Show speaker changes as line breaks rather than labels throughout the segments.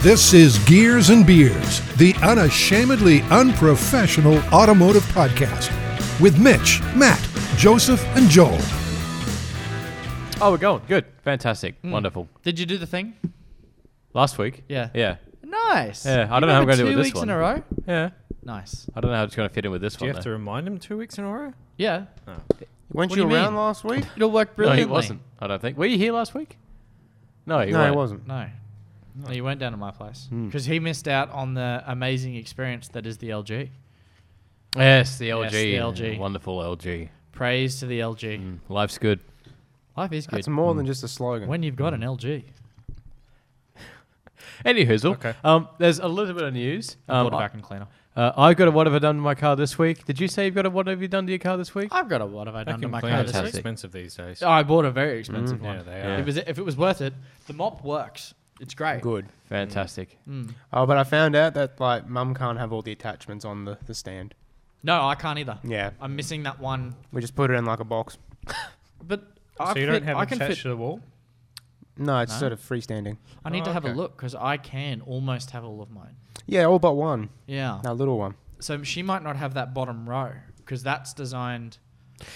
This is Gears and Beers, the unashamedly unprofessional automotive podcast with Mitch, Matt, Joseph, and Joel.
Oh, we're going. Good. Fantastic. Wonderful.
Did you do the thing?
Last week.
Yeah.
Yeah.
Nice.
Yeah, I don't know
You
how I'm
remember
gonna do it with
two
this
weeks
one.
in a row.
Yeah.
Nice.
I don't know how it's going to fit in with this
Do you
one.
have to
though.
remind him two weeks in a row?
Yeah.
Weren't
What
you
do you
around
mean?
last week?
It'll work
no,
brilliantly.
he wasn't. I don't think. Were you here last week? No, you
no,
weren't.
I wasn't.
No. No, you went down to my place
Hmm.
because he missed out on the amazing experience that is the LG.
Yes, the LG.
Yes, the LG.
Wonderful LG.
Praise to the LG.
Hmm. Life's good.
Life is good
That's more than just a slogan.
when you've got an LG.
Anywho,
Okay.
um, there's a little bit of news.
I
Um,
bought a vacuum cleaner.
uh, I've got a what have I done to my car this week. Did you say you've got a what have you done to your car this week?
I've got a what have I done to
Vacuum
my car
cleaners
this
are
week?
Fantastic.
expensive these days.
Oh, I bought a very expensive one.
Yeah, they
Mm. Yeah.
are.
If, it was, if it was worth it, the mop works. It's great.
Good.
Fantastic.
Oh, but I found out that like mum can't have all the attachments on the, the stand.
No, I can't either.
Yeah,
I'm missing that one.
we just put it in like a box.
But I
So
fit-
you don't have
I
it
can
attached
fit
to the wall?
No, it's
No?
sort of freestanding.
I need
Oh,
to have a
okay.
look because I can almost have all of mine.
Yeah, all but one.
Yeah.
That little one.
So she might not have that bottom row because that's designed.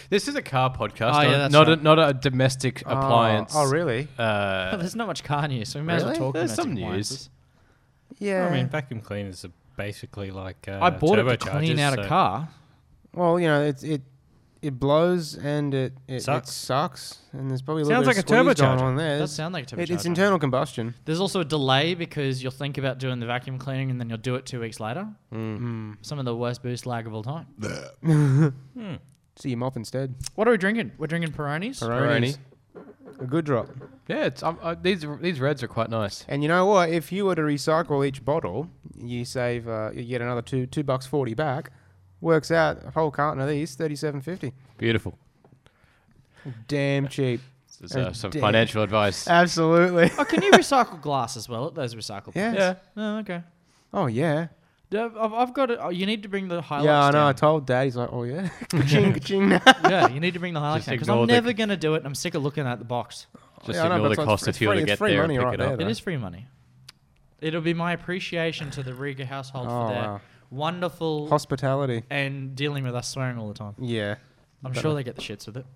This is a car podcast,
Oh, yeah,
not-
that's
not
right.
a, not a domestic
Oh,
appliance.
Oh, really?
Uh,
Oh, there's not much car news, so we may as well
Really?
talk
There's
domestic
some
appliances.
news.
Yeah.
I mean, vacuum cleaners are basically like uh,
I bought it to
turbochargers,
clean out a
so-
car.
well, you know, it it it blows and it it
Sucks.
sucks, it sucks and there's probably a
Sounds
little bit of
like a
squeeze going
turbocharger.
on there.
It does
It's-
sound like a
It, it's
turbocharger.
internal combustion.
There's also a delay because you'll think about doing the vacuum cleaning and then you'll do it two weeks later.
Mm.
Some of the worst boost lag of all time.
See you mop instead.
What are we drinking? We're drinking Peronis.
Peronis. A good drop.
yeah, it's, um, uh, these these reds are quite nice.
And you know what? If you were to recycle each bottle, you save uh, you get another two two bucks forty back. Works out a whole carton of these thirty seven fifty.
Beautiful.
Damn cheap.
This is, uh,
Oh,
some
dear.
financial advice.
Absolutely.
oh, can you recycle glass as well at those recycle?
Yeah.
yeah.
Oh, okay.
Oh yeah.
Yeah, I've, I've got it. Oh, you need to bring the highlights.
yeah, I know. I
down.
told Dad. He's like, oh yeah. ching ching.
yeah, you need to bring the highlights
Just
because
ignore
I'm
the-
never going to do it. and I'm sick of looking at the box.
Just
Yeah, I know,
ignore
but
the
it's-
cost of
it's
fuel to
free-
get
it's free
there and
money
pick
right
it up.
there,
It is free money. It'll be my appreciation to the Riga household
Oh,
for their
wow.
wonderful
Hospitality.
and dealing with us swearing all the time.
Yeah.
I'm sure they get the shits with it.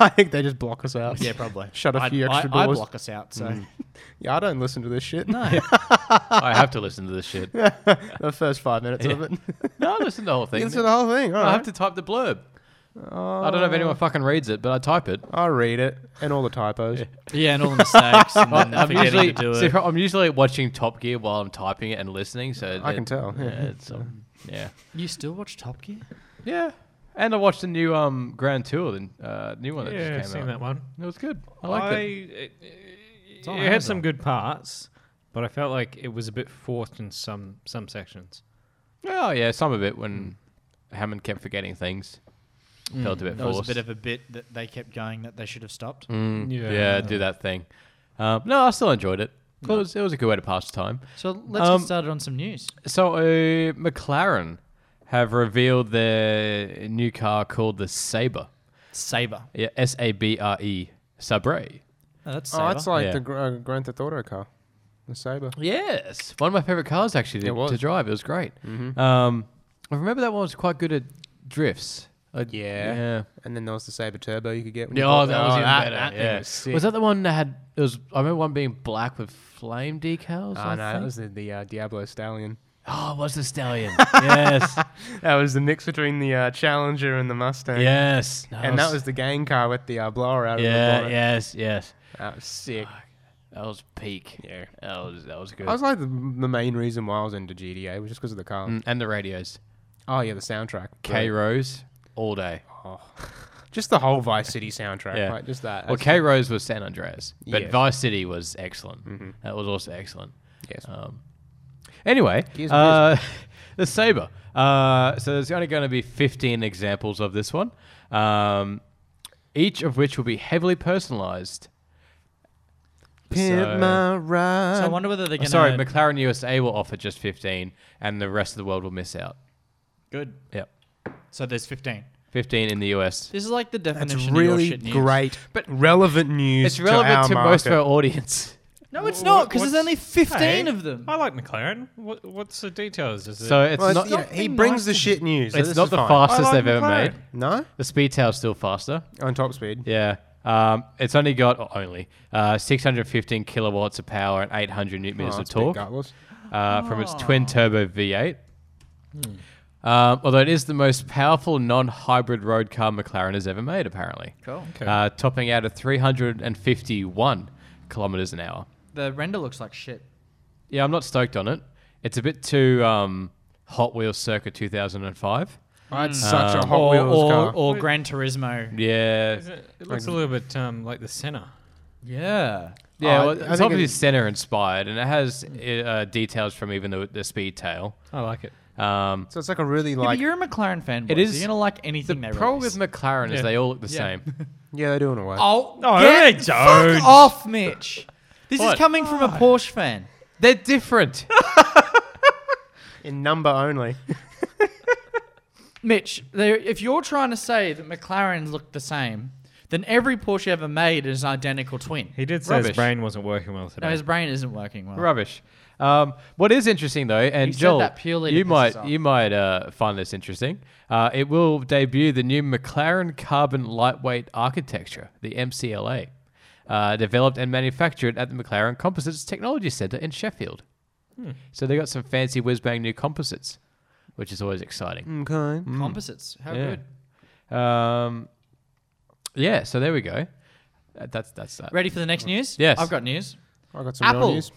I think they just block us out.
Yeah, probably.
Shut a
I'd-
few
I,
extra
I
doors.
block us out, so
Yeah, I don't listen to this shit.
no.
I have to listen to this shit.
the first five minutes of
Yeah.
it.
No, I listen to the whole thing.
you listen to the whole Oh. thing. All
I
right.
have to type the blurb. I don't know if anyone fucking reads it, but I type it.
I'll read it and all the typos.
Yeah, and all the mistakes and then
I'm
forgetting
usually,
to do
see,
it.
I'm usually watching Top Gear while I'm typing it and listening, so
I
it-
can tell, yeah.
Yeah, it's, um, yeah,
You still watch Top Gear?
yeah. And I watched the new um, Grand Tour, the uh, new one that
Yeah, I've
just came
seen
out.
that one.
It was good. I liked it.
it.
on
it had
Amazon.
some good parts, but I felt like it was a bit forced in some some sections.
Oh yeah, some of it when Hammond kept forgetting things
Mm.
felt a bit
That was a
forced.
bit of a bit that they kept going that they should have stopped.
Mm,
Yeah.
yeah, do that thing. Um, no, I still enjoyed it. It was, it was a good way to pass the time.
So let's
Um,
get started on some news.
So, uh, McLaren have revealed their new car called the Sabre.
Saber.
Yeah, S A B R E. Sabre.
Oh, that's Saber.
Oh, it's like
Yeah.
the gr- uh, Grand Theft Auto car, the Saber.
Yes. One of my favorite cars, actually,
It
to,
was.
to drive. It was great. Um, I remember that one was quite good at drifts. Uh,
Yeah.
Yeah.
And then there was the Saber Turbo you could get. when you
Yeah,
bought
oh, that was even better.
That
yeah.
thing was sick.
that the one that had? It was. I remember one being black with flame decals.
Oh,
I
no, that
think.
was the, the uh, Diablo Stallion.
oh, it was the stallion. yes,
That was the mix between the uh, Challenger and the Mustang.
yes. No,
And that was the gang car with the uh, blower out of the
Yeah,
bonnet.
yes, yes.
That was sick.
That was peak. Yeah, that was that was good.
I was like the, the main reason why I was into GTA was just because of the car.
Mm, and the radios,
Oh yeah, the soundtrack.
K
Right.
Rose all day.
Just the whole Vice City soundtrack.
Yeah.
Like, just that.
Well,
That's-
K Rose was San Andreas, but
Yes. Mm-hmm.
Vice City was excellent. That was also excellent.
Yes.
Um, anyway,
Gears and
uh, the Saber. Uh, so there's only going to be 15 examples of this one, um, each of which will be heavily personalized.
Pimp
so-
my ride.
so I wonder whether they're going to.
Sorry, McLaren USA will offer just 15, and the rest of the world will miss out.
Good.
Yep,
So there's 15.
15 in the US.
This is like the definition
That's
of your
really
shit news.
great,
But
but relevant news.
It's relevant
our
to most of
market.
our audience.
No, it's
Wh-
not
wh-
because there's
what's-
only 15
Hey,
of them.
I like McLaren. What, what's the details? Is it?
So it's
Well,
not
it's- you know, he brings the shit news. so
it's
this
not
is
the
fine.
fastest
I like
they've ever
McLaren.
made.
No,
The speed tail's still faster.
on top speed.
Yeah. Um, it's only got oh, only uh, 615 kilowatts of power and 800 newton meters
Oh,
of
that's a Oh. bit
torque
gutless.
uh, from its twin turbo V8.
Hmm.
Um, although it is the most powerful non-hybrid road car McLaren has ever made, apparently,
cool.
okay.
uh, topping out at 351 kilometers an hour.
The render looks like shit.
Yeah, I'm not stoked on it. It's a bit too um, Hot Wheels circa 2005.
That's Oh, such
Uh,
a Hot
Or,
Wheels
or,
car.
or Gran Turismo.
Yeah,
Is it, it looks a little bit um, like the center.
Yeah.
yeah.
Oh, I-
well,
I
it's
think
obviously
it-
center inspired, and it has uh, details from even the, the speed tail.
I like it.
Um,
so it's like a really
Yeah, but
like
you're a McLaren fanboy.
It
It is.
is-
So you're gonna like anything
the
they
problem
release.
with McLaren is
Yeah.
they all look the
Yeah.
same.
yeah, they're doing away.
oh,
No,
get
they
fuck
don't.
off, Mitch. This is
What?
coming from a Porsche fan.
They're different.
In number only.
Mitch, there- if you're trying to say that McLarens look the same, then every Porsche ever made is an identical twin.
He did say
Rubbish.
his brain wasn't working well today.
No, his brain isn't working well.
Rubbish. Um, what is interesting though, and
said
Joel,
that purely to
you
piss us
might
off.
you might uh, find this interesting. Uh, it will debut the new McLaren Carbon Lightweight Architecture, the MCLA, uh, developed and manufactured at the McLaren Composites Technology Center in Sheffield.
Hmm.
So they got some fancy whiz bang new composites, which is always exciting.
Okay.
Composites. How
Yeah.
Mm, good.
Um, yeah. So there we go. Uh, That's that's that.
Ready for the next news?
Yes.
I've got news.
I got some real
Apple
news.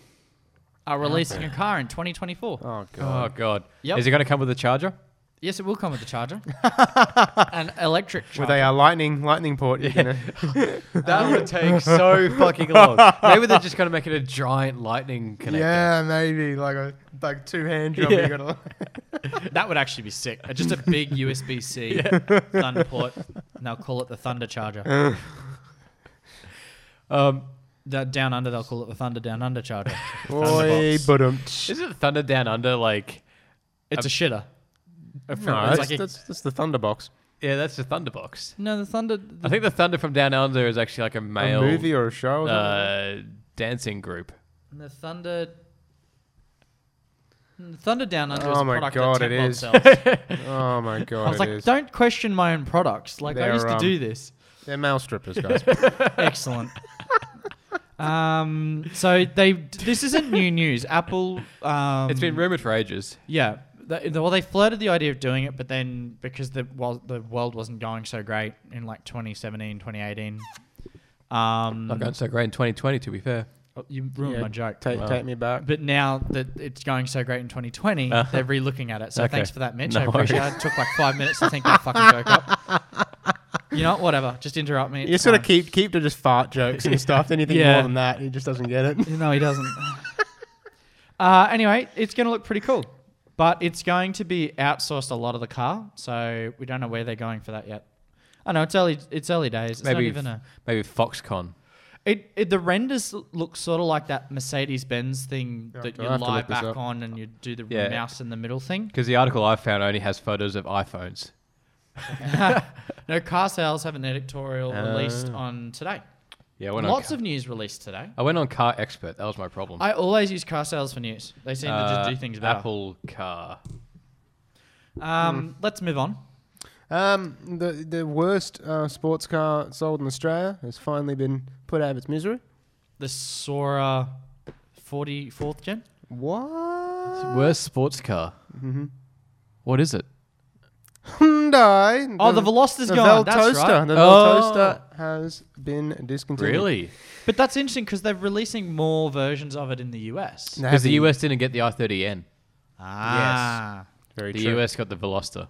are releasing a car in 2024.
Oh god.
Oh God!
Yep.
Is it going to come with a charger?
Yes, it will come with a charger. An electric
Oh,
charger.
Well, they are uh, lightning lightning port. You're gonna,
Um,
That would take so fucking long. Maybe they're just going to make it a giant lightning connector.
yeah, maybe like a like two hand job.
Yeah.
You gotta,
That would actually be sick. Uh, Just a big USB C Thunder port. And they'll call it the Thunder Charger.
Um,
Da- down under, they'll call it the Thunder Down Under Charger.
Oi, but um,
isn't Thunder Down Under like?
It's a shitter.
no,
it's
that's,
like a-
that's, that's the Thunderbox.
Yeah, that's the Thunderbox.
No, the Thunder.
I think the Thunder from Down Under is actually like a
A
male
movie or a show. Or something.
uh, dancing group.
The Thunder. The Thunder Down Under is
Oh
a
my
product
God,
that
it
Templon
is.
sells.
oh my
I
god,
was
it
like,
is.
don't question my own products. Like, I
They're,
used to
um,
do this.
They're male strippers, guys.
Excellent. um, so they this isn't new news. Apple. Um,
It's been rumored for ages.
yeah. They, well, they flirted the idea of doing it, but then because the well, the world wasn't going so great in like 2017, 2018. Um, oh,
Not going so great in 2020, to be fair.
you ruined
Yeah,
my joke.
take,
Wow.
take me back.
But now that it's going so great in 2020,
Uh-huh.
they're re-looking at it. So
Okay.
thanks for that, Mitch.
No
I appreciate it. It took like five minutes to think that fucking joke up. You know what? Whatever. Just interrupt me.
You
It's
just gotta
fine.
keep keep to just fart jokes and stuff. Anything
Yeah.
more than that, he just doesn't get it.
No, he doesn't. uh, anyway, it's going to look pretty cool. But it's going to be outsourced a lot of the car. So we don't know where they're going for that yet. I know it's early. It's early days. It's not
Maybe
even a.
maybe Foxconn.
It, it the renders look sort of like that Mercedes Benz thing
Yeah,
that
I'll
you
have to
lie
look this
back
up.
on and you do the
Yeah.
mouse in the middle thing.
Because the article I found only has photos of iPhones.
No, car sales have an editorial released
Oh.
on today.
Yeah, I went
Lots
on,
of news released today.
I went on Car Expert. That was my problem.
I always use car sales for news. They seem to just
Uh,
do things better.
Apple Car.
Mm.
Um, Let's move on.
Um, the the worst uh, sports car sold in Australia has finally been put out of its misery.
The Sora 40, fourth gen.
What?
Worst sports car. Mm-hmm. is it?
Hyundai.
Oh, the Velosta's gone. That's
Veltoaster.
right.
The
Oh.
Veltoaster has been discontinued.
Really?
But that's interesting because they're releasing more versions of it in the US.
Now,
Because the
the-
US didn't get the i30N.
Ah,
Very
The
true.
US got the Veloster.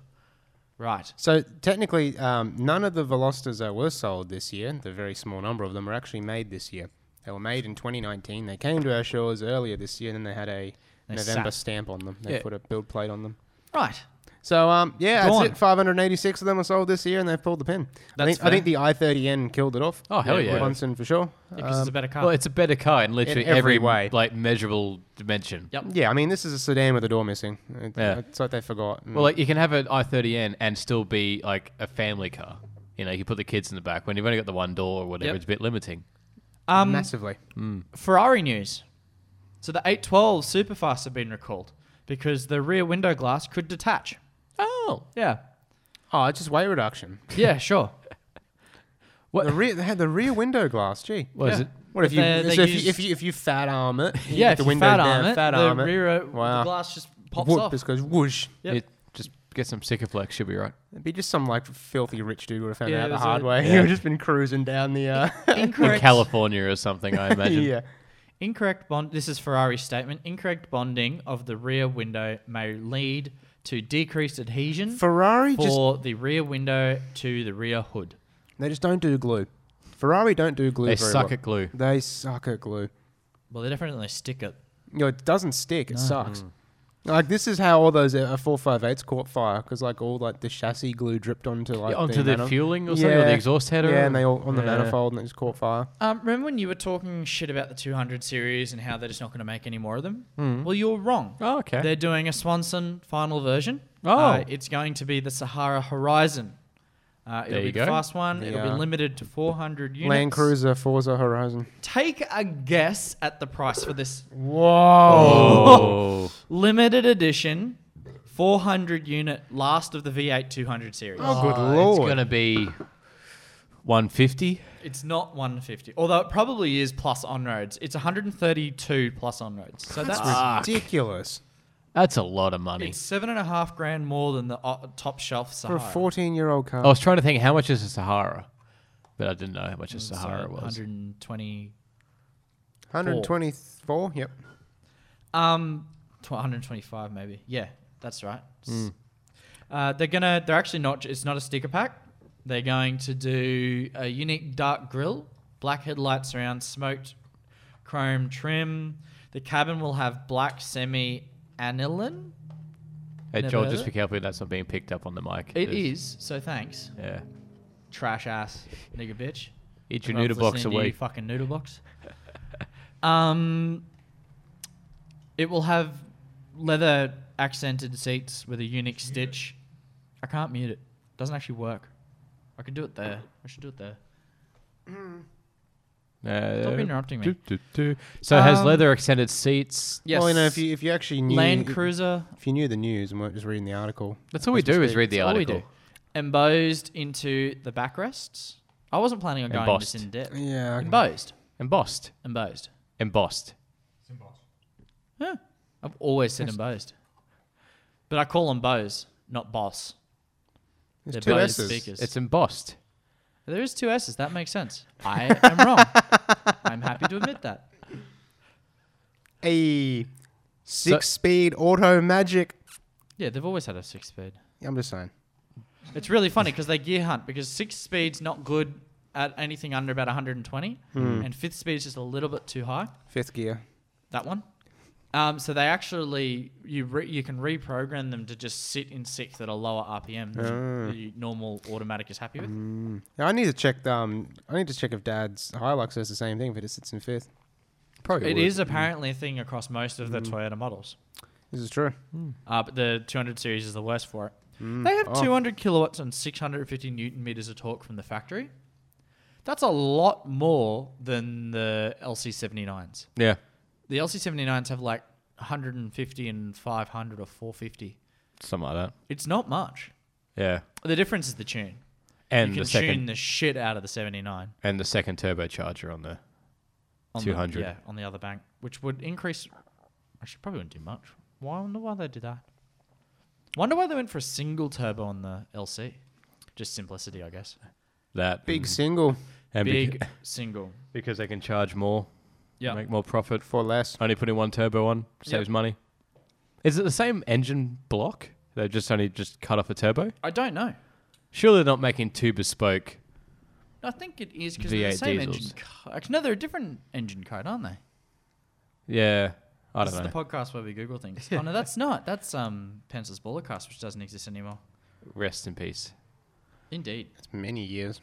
right.
So technically, um, none of the Velosters that were sold this year, the very small number of them, were actually made this year. They were made in 2019. They came to our shores earlier this year, and then they had a
They
November
sat.
stamp on them. They
Yeah.
put a build plate on them.
Right.
So um, yeah, that's
Gone.
it. 586 of them were sold this year, and they've pulled the pin. I
That's
think, I think the i30N killed it off.
Oh, hell yeah.
Once and for sure.
Because
Um,
it's a better car.
Well, it's a better car in literally
every
every,
way.
like measurable dimension.
Yep.
yeah, I mean, this is a sedan with a door missing. It,
Yeah.
It's like they forgot. And
Well, like you can have an i30N and still be like a family car. You know, you put the kids in the back when you've only got the one door or whatever.
Yep.
It's a bit limiting.
Um,
massively.
Ferrari news. So the 812 superfasts have been recalled because the rear window glass could detach.
Oh,
Yeah.
Oh, it's just weight reduction.
Yeah, sure.
The rear, they had the rear window glass. Gee,
what is
Yeah.
it?
what if you,
They- they
so if,
used-
you if you if you fat arm it? you
yeah,
get
if
the
you
window
fat
down,
arm it,
fat
the
arm it.
rear uh,
Wow.
the glass just pops
Whoop,
off.
just goes whoosh.
Yep.
it? Just get some Sikaflex, should be right.
It'd be just some like filthy rich dude would have found
Yeah,
out the
that's
hard
it.
way. He would have just been cruising down the. Uh,
In
Incorrect.
California or something, I imagine.
yeah.
Incorrect bond. This is Ferrari's statement. Incorrect bonding of the rear window may lead to decreased adhesion
Ferrari just
for the rear window to the rear hood.
they just don't do glue. Ferrari don't do glue.
They
very
suck
well.
at glue.
They suck at glue.
Well, they definitely stick it.
You know, it doesn't stick. It sucks. Like this is how all those uh, four five eights caught fire because like all like the chassis glue dripped onto like
Yeah, onto the
mani-
fueling or something, or the exhaust header.
Yeah, and they all on the
Yeah.
manifold and it just caught fire.
Um, remember when you were talking shit about the 200 series and how they're just not going to make any more of them? Well, you're wrong.
Hmm. Oh, okay.
They're doing a Swanson final version.
Oh.
Uh, it's going to be the Sahara Horizon. Uh, it'll
There you
be
go.
the fast one.
The,
it'll
uh,
be limited to 400 units.
Land Cruiser, Forza Horizon.
Take a guess at the price for this
oh.
limited edition 400 unit last of the V8 200 series.
Oh, good
It's
lord!
going to be 150.
It's not 150, although it probably is plus on roads. It's 132 plus on roads. So that's,
ridiculous
That's a lot of money.
it's seven and a half grand more than the uh, top shelf
for
Sahara.
a fourteen-year-old car.
I was trying to think how much is a Sahara, but I didn't know how much a Sahara
Mm, so
was.
120,
124. Yep.
um, tw- 125 maybe. Yeah, that's right. S- Uh, they're gonna. They're actually not. It's not a sticker pack. They're going to do a unique dark grille, black headlights around, smoked chrome trim. The cabin will have black semi aniline.
Hey,
Never
Joel,
heard
just
of
be careful that's not being picked up on the mic.
It
There's-
is. So thanks,
Yeah.
trash ass nigga bitch.
Eat your
Everyone's
noodle box a
listening to You
week.
fucking noodle box. um, it will have leather accented seats with a unique stitch. I can't mute it. Doesn't actually work. I could do it there. I should do it there.
Stop
interrupting me.
So it has
Um,
leather extended seats.
Yes.
Well, you know, if you if you actually knew
Land
if-
Cruiser.
if you knew the news and weren't just reading the article,
That's all we
That's
do
what
is
they-
read the
that's all we
article.
do. Embossed into the backrests. I wasn't planning on going this
Embossed.
in depth.
yeah,
Embossed.
Embossed.
Embossed.
Embossed.
Huh. I've always said embossed. But I call them bows, not boss.
there's
They're
two
both
S's.
speakers.
It's embossed.
There is two S's. That makes sense. I am wrong. I'm happy to admit that.
A six-speed auto magic.
Yeah, they've always had a six speed.
I'm just saying.
It's really funny because they gear hunt because six speed's not good at anything under about 120, and fifth speed's just a little bit too high.
Fifth gear.
That one. Um, so they actually you re, you can reprogram them to just sit in sixth at a lower RPM than the normal automatic is happy with.
Yeah, I need to check. Um, I need to check if Dad's Hilux says the same thing, but it sits in fifth.
Probably
It
would.
is apparently a thing across most of the Toyota models.
This is true.
Uh, but the 200 series is the worst for it. They have
Oh.
200 kilowatts and 650 newton meters of torque from the factory. That's a lot more than the LC79s.
Yeah.
The LC79s have like 150 and 500 or 450.
Something like
It's not much.
that. Yeah.
The difference is the tune.
And
you can
the second
tune the shit out of the 79
and the second turbocharger on the
on
200.
The, yeah, on the other bank, which would increase. Actually, probably wouldn't do much. Why? I wonder why they did that. Wonder why they went for a single turbo on the LC. Just simplicity, I guess.
that
Big
and,
single
and beca-
big single.
because they can charge more,
Yeah.
make more profit.
for less.
Only putting one turbo on saves money. Is it the same engine block? They've just only just cut off a turbo.
I don't know.
Surely they're not making two bespoke.
I think it is because they're
V8
the same
diesels.
engine code. Actually, no, they're a different engine code, aren't they?
Yeah, I
this
don't know.
is the podcast where we Google things. oh, no, that's not. That's um, Pence's Bullercast, which doesn't exist anymore.
Rest in peace.
Indeed.
It's many years.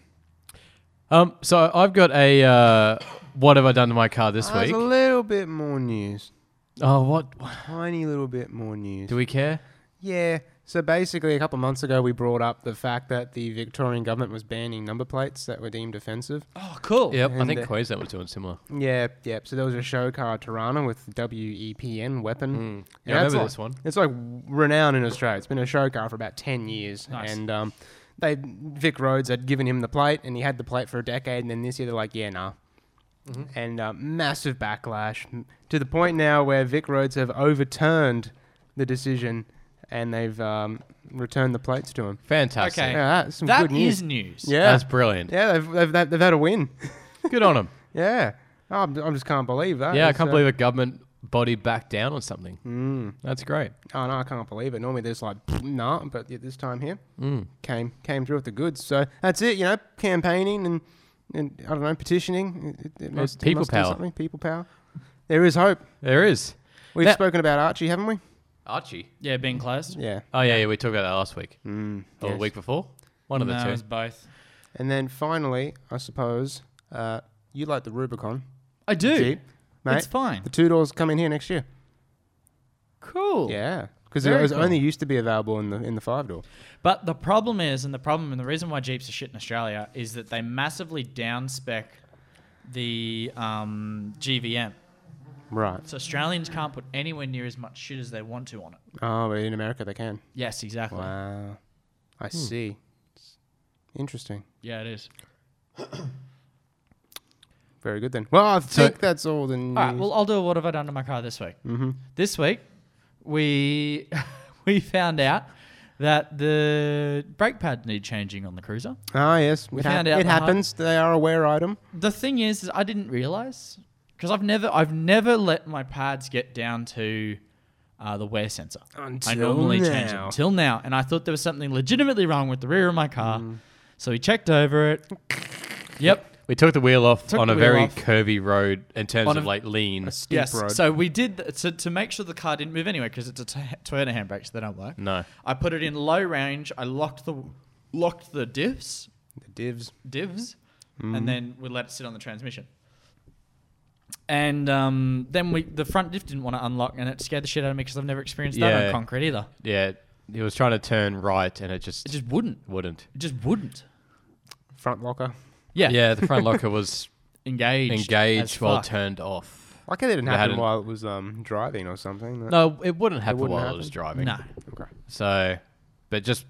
Um, so I've got a uh, what have I done to my car this
There's
week?
a little bit more news.
Oh, what
Tiny little bit more news.
do we care?
Yeah. So basically, a couple months ago, we brought up the fact that the Victorian government was banning number plates that were deemed offensive.
Oh, cool.
Yep, I
And,
think
uh,
Queensland was doing similar.
Yeah, yeah. So there was a show car Tirana with WEPN weapon.
Yeah, I
And Hmm. that's
remember
like-
this one.
It's like renowned in Australia. It's been a show car for about ten years,
Nice.
and um, they Vic Rhodes had given him the plate, and he had the plate for a decade, and then this year they're like, yeah, nah.
Mm-hmm.
And uh, massive backlash m- to the point now where Vic Rhodes have overturned the decision, and they've um, returned the plates to him.
Fantastic.
Okay.
Yeah, that's some
That
good news.
is news.
yeah,
That's brilliant.
yeah. They've, they've, they've they've had a win.
Good on him.
yeah. Oh, I'm- I just can't believe that.
Yeah, I
It's,
can't
uh, Hmm. mm.
believe a government body backed down on something. That's great.
Oh no, I can't believe it. Normally there's like nah, but yeah, this time here
Hmm.
came came through with the goods. So that's it, you know, campaigning and, and I don't know, petitioning. It- It, it must, it
people
must
power.
Do something. People power. There is hope.
There is.
We've
Now-
spoken about Archie, haven't we?
Archie.
Yeah, being closed.
Yeah.
Oh, yeah, yeah, we talked about that last week. Mm, or
oh,
the
yes.
week before. One of the
No,
two.
it's both.
And then finally, I suppose uh, you like the Rubicon,
I do.
Jeep, mate.
It's fine.
The two doors come in here next year.
Cool.
Yeah, because it
Very
was
cool.
only used to be available in the in the five door.
But the problem is, and the problem and the reason why Jeeps are shit in Australia is that they massively downspec the um, GVM.
Right.
So Australians can't put anywhere near as much shit as they want to on it.
Oh, but in America they can.
Yes, exactly.
Wow. I
Hmm.
see. Interesting.
Yeah, it is.
Very good then. Well, I
So-
think that's all the news.
All right. Well, I'll do what have I done to my car this week. Mm-hmm. This week, we we found out that the brake pad need changing on the cruiser.
ah, yes, we it,
found
hap-
out
it
the hard-
happens. They are a wear item.
The thing is, is I didn't realize because I've never I've never let my pads get down to uh, the wear sensor. I
Until
normally change
now.
them till now, and I thought there was something legitimately wrong with the rear of my car. So we checked over it. yep.
We took the wheel off
Took
on
the
a
wheel
very
off.
curvy road in terms
On
of
a-
like lean.
Steep
Yes.
road.
So we did th- to to make sure the car didn't move anyway because it's a t- Toyota handbrake, so they don't work.
No.
I put it in low range. I locked the locked the diffs
the divs.
divs, and then we let it sit on the transmission. And um, then we the front diff didn't want to unlock, and it scared the shit out of me because I've never experienced that
Yeah.
on concrete either.
Yeah, he was trying to turn right and it just,
It just wouldn't.
wouldn't.
It just wouldn't.
Front locker.
Yeah.
Yeah, the front locker was
Engaged. as
engaged while
fuck.
turned off.
Like it didn't
They
happen
hadn't-
while it was um, driving or something. No.
No, it wouldn't happen
wouldn't
while I
happen?
was driving.
No.
Okay.
So, but just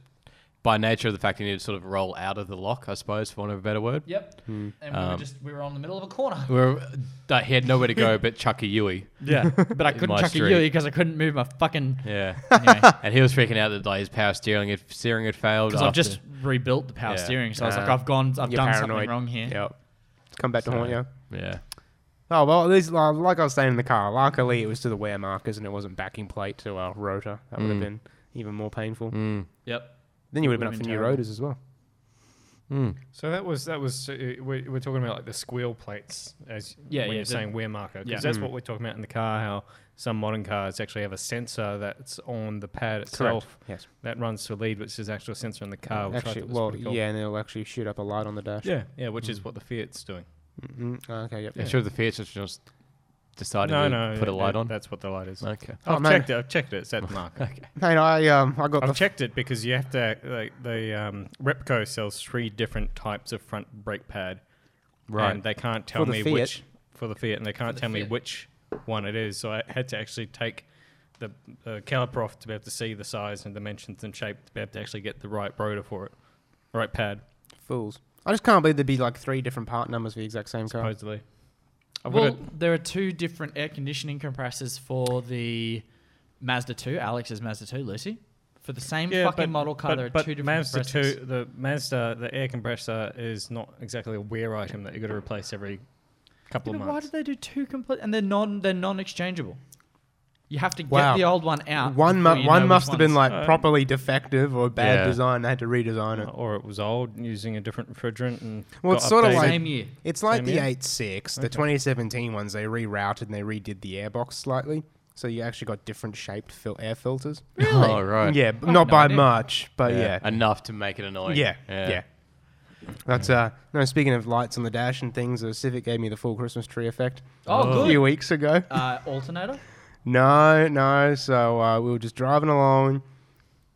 by nature of the fact you need to sort of roll out of the lock, I suppose, for want of a better word.
Yep.
Hmm.
And we
Um,
were just we were on the middle of a corner.
We were, uh, he had nowhere to go but E Chucky Yui.
Yeah. but I couldn't
my
chuck a
street.
U because I couldn't move my fucking.
Yeah.
Anyway.
and he was freaking out that like, his power steering had, steering had failed.
Because I've
after-
just rebuilt the power
Yeah.
steering, so I was like,
Ah.
I've gone, I've
You're
done
paranoid.
something wrong here.
Yep. It's come back to haunt you.
Yeah.
Oh well, at least uh, like I was saying in the car. Luckily, it was to the wear markers and it wasn't backing plate to our rotor. That would have been even more painful.
Yep.
Then you would have been
Mm. Would've
up for
been
new
terrible.
rotors as well.
So that was that was uh, we're, we're talking about like the squeal plates as
Yeah,
when
yeah,
you're
the-
saying wear marker because
yeah.
Mm.
that's what we're talking about in the car. How some modern cars actually have a sensor that's on the pad itself
Yes.
that runs to lead, which is actually a sensor in the car. Which I
Actually,
thought was
well,
pretty cool.
yeah, and it'll actually shoot up a light on the dash.
yeah, yeah, which is what the Fiat's doing.
Mm, okay. Yep.
I'm sure the Fiat's just decided
No,
to
no,
put a
yeah,
light
that-
on.
That's what the light is.
Okay.
Oh,
I've
man.
checked it. I've checked it. It's at the marker.
Mate, I um, I got the
I've checked it because you have to. Like, the um, Repco sells three different types of front brake pad,
Right.
And they can't tell
the
me
Fiat.
which for the Fiat, and they can't tell me
Fiat.
which one it is. So I had to actually take the uh, caliper off to be able to see the size and dimensions and shape to be able to actually get the right rotor for it, right pad
Fools. I just can't believe there'd be like three different part numbers for the exact same car.
supposedly. I've got
Well,
it-
there are two different air conditioning compressors for the Mazda 2, Alex's Mazda 2, Lucy. For the same fucking
but-
model car,
but-
there are
but
two different
Mazda
compressors.
Two, the Mazda, the air compressor is not exactly a wear item that you've got to replace every couple
Yeah,
of
but why
months.
did they do two complete? And they're non, they're non-exchangeable. You have to get
Wow.
the old one out.
One
before
mu-
you know
one
which
must have been
ones.
like
Uh,
properly defective or bad
Yeah.
design. They had to redesign
Oh,
it.
or it was old, using a different refrigerant, and
Well,
got
it's sorta
updated.
like-
same year.
It's like
Same
the
here?
86, the 2017 ones. They rerouted and they redid the airbox slightly, so you actually got different shaped fil- air filters.
Oh, right.
Yeah, but
I
not
had no
by
idea.
much, but yeah,
Enough to make it annoying.
yeah, yeah. That's uh no. Speaking of lights on the dash and things, the Civic gave me the full Christmas tree effect
Oh,
a
good.
few weeks ago.
Uh, alternator.
No, no. So uh, we were just driving along,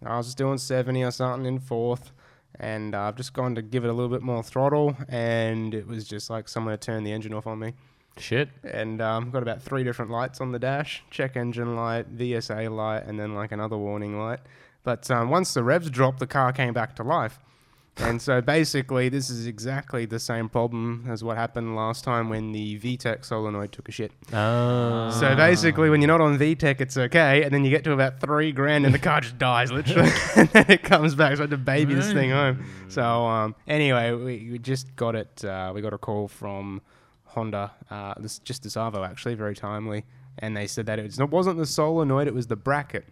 I was just doing 70 or something in fourth, and uh, I've just gone to give it a little bit more throttle, and it was just like someone had turned the engine off on me.
Shit.
And um, got about three different lights on the dash check engine light, VSA light, and then like another warning light. But um, once the revs dropped, the car came back to life. And so basically, this is exactly the same problem as what happened last time when the VTEC solenoid took a shit.
Ah.
So basically, when you're not on VTEC, it's okay, and then you get to about three grand, and the car just dies literally, and then it comes back. So I had to baby this thing home. So um, anyway, we, we just got it. Uh, we got a call from Honda, uh, this just this Arvo actually, very timely, and they said that it's, it wasn't the solenoid, it was the bracket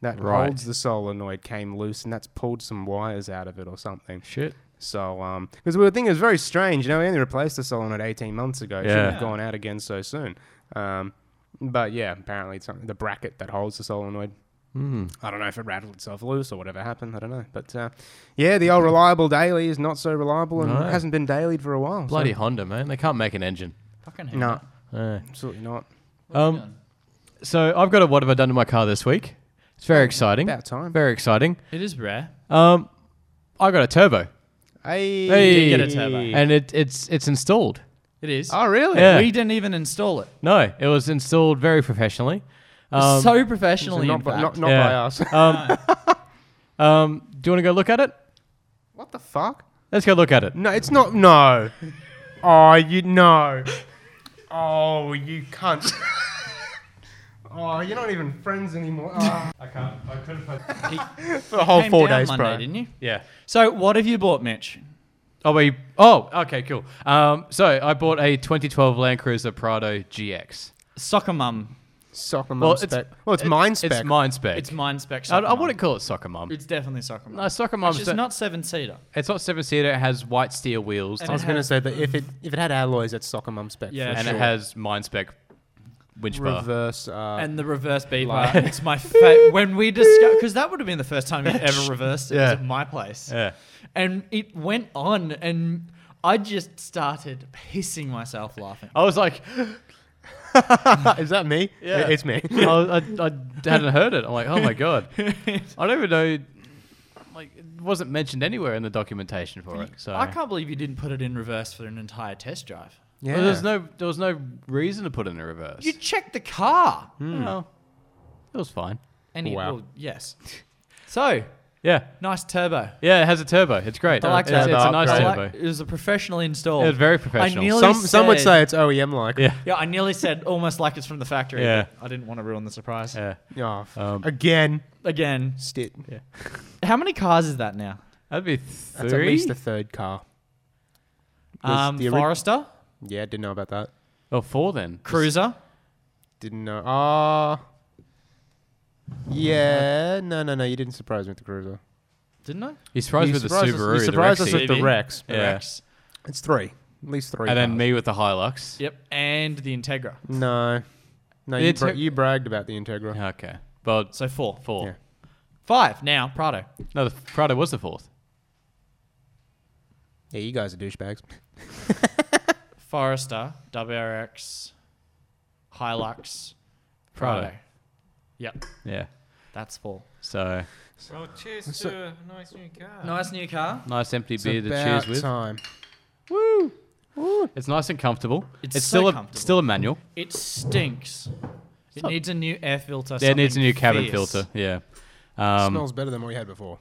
that
Right.
holds the solenoid came loose, and that's pulled some wires out of it or something.
Shit.
So, um, because we were thinking it was very strange, you know, we only replaced the solenoid 18 months ago. It
Yeah.
shouldn't have gone out again so soon. Um, but yeah, apparently it's something, the bracket that holds the solenoid. Mm. I don't know if it rattled itself loose or whatever happened. I don't know. But uh, yeah, the old reliable daily is not so reliable and
No.
hasn't been dailied for a while. so-
Bloody Honda, man. They can't make an engine.
Fucking hell.
No,
Eh.
absolutely not.
What have
Um,
you done?
So I've got a what have I done to my car this week? It's very exciting.
About time.
Very exciting.
It is rare.
Um, I got a turbo,
Hey.
Hey.
Did get a turbo.
and it, it's it's installed.
It is.
Oh, really?
Yeah.
We didn't even install it.
No, it was installed very professionally. Um,
so
So
professionally,
not
in
by,
fact.
not, not
Yeah.
by us.
um, um, do you want to go look at it?
what the fuck?
Let's go look at it.
No, it's not. No. Oh, you no. Oh, you cunt. oh, you're not even friends anymore. Oh.
I can't. I couldn't.
For a whole
Came
four
down
days,
Monday,
bro.
didn't you?
Yeah.
So what have you bought, Mitch?
Oh, we. Oh, okay, cool. Um, so I bought a 2012 Land Cruiser Prado GX.
Soccer mum.
Soccer mum
Well, it's-
spec. well, it's mine spec.
It's mine spec.
It's mine spec.
I,
Soccer
I
mum.
wouldn't call it soccer mum.
It's definitely soccer mum.
No, soccer
It's
mum's.
just not seven seater.
it's not seven seater. It has white steel wheels
I was going to say that if it if it had alloys, that's soccer mum spec.
Yeah,
for
and
sure.
it has mine spec winch bar.
reverse. Uh,
and the reverse B part. It's my favorite. when we discussed, because that would have been the first time you ever reversed it. It was
Yeah.
at my place.
Yeah.
And it went on, and I just started pissing myself laughing.
Oh,
I was like,
is that me?
Yeah.
I- it's me.
I, I, I hadn't heard it. I'm like, oh my god, I don't even know. Like, it wasn't mentioned anywhere in the documentation for it. So
I can't believe you didn't put it in reverse for an entire test drive.
yeah.
Well, there was no there was no reason to put it in reverse.
You checked the car.
Well, it was fine.
Any,
Wow.
Well, yes. So
Yeah,
nice turbo.
yeah. It has a turbo. It's great.
I like
it's,
that.
It's a nice
I
turbo.
like- it was a professional install.
It was very professional.
I nearly
some
said,
some would say it's OEM like.
yeah,
Yeah, I nearly said almost like it's from the factory.
Yeah.
but I didn't want to ruin the surprise.
yeah.
Oh, f-
Um,
again,
Again,
stit.
how many cars is that now?
That'd be
That's
three.
at least the third car. There's
Um,
the ori-
Forester,
Yeah, didn't know about that.
oh, four then.
Cruiser.
Didn't know. Ah. yeah. No, no, no. You didn't surprise me with the cruiser.
Didn't I?
He's surprised
you
with the
surprised us-
Subaru.
you surprised
the
us
Rexy.
with the
Rexy.
Rex.
Yeah.
Rex.
It's three. At least three.
and then
cars.
me with the Hilux.
Yep. And the Integra.
No. No,
The
you, bra-
Integ-
you bragged about the Integra.
Okay. Well,
So four.
four.
Yeah.
Five now, Prado.
No, the Prado was the fourth.
Yeah, you guys are douchebags.
Forester, WRX, Hilux, Prado.
Prado.
Yep.
Yeah.
That's four.
So
Well, cheers
So-
to a nice new car.
Nice new car.
nice empty
It's
beer to
about
choose with.
time.
It's nice and comfortable.
It's
It's,
so
still a
comfortable.
still a manual.
It stinks. It needs a new air filter.
Yeah, it needs a
something
new cabin
fierce.
filter. Yeah. Um,
Smells better than what we had before.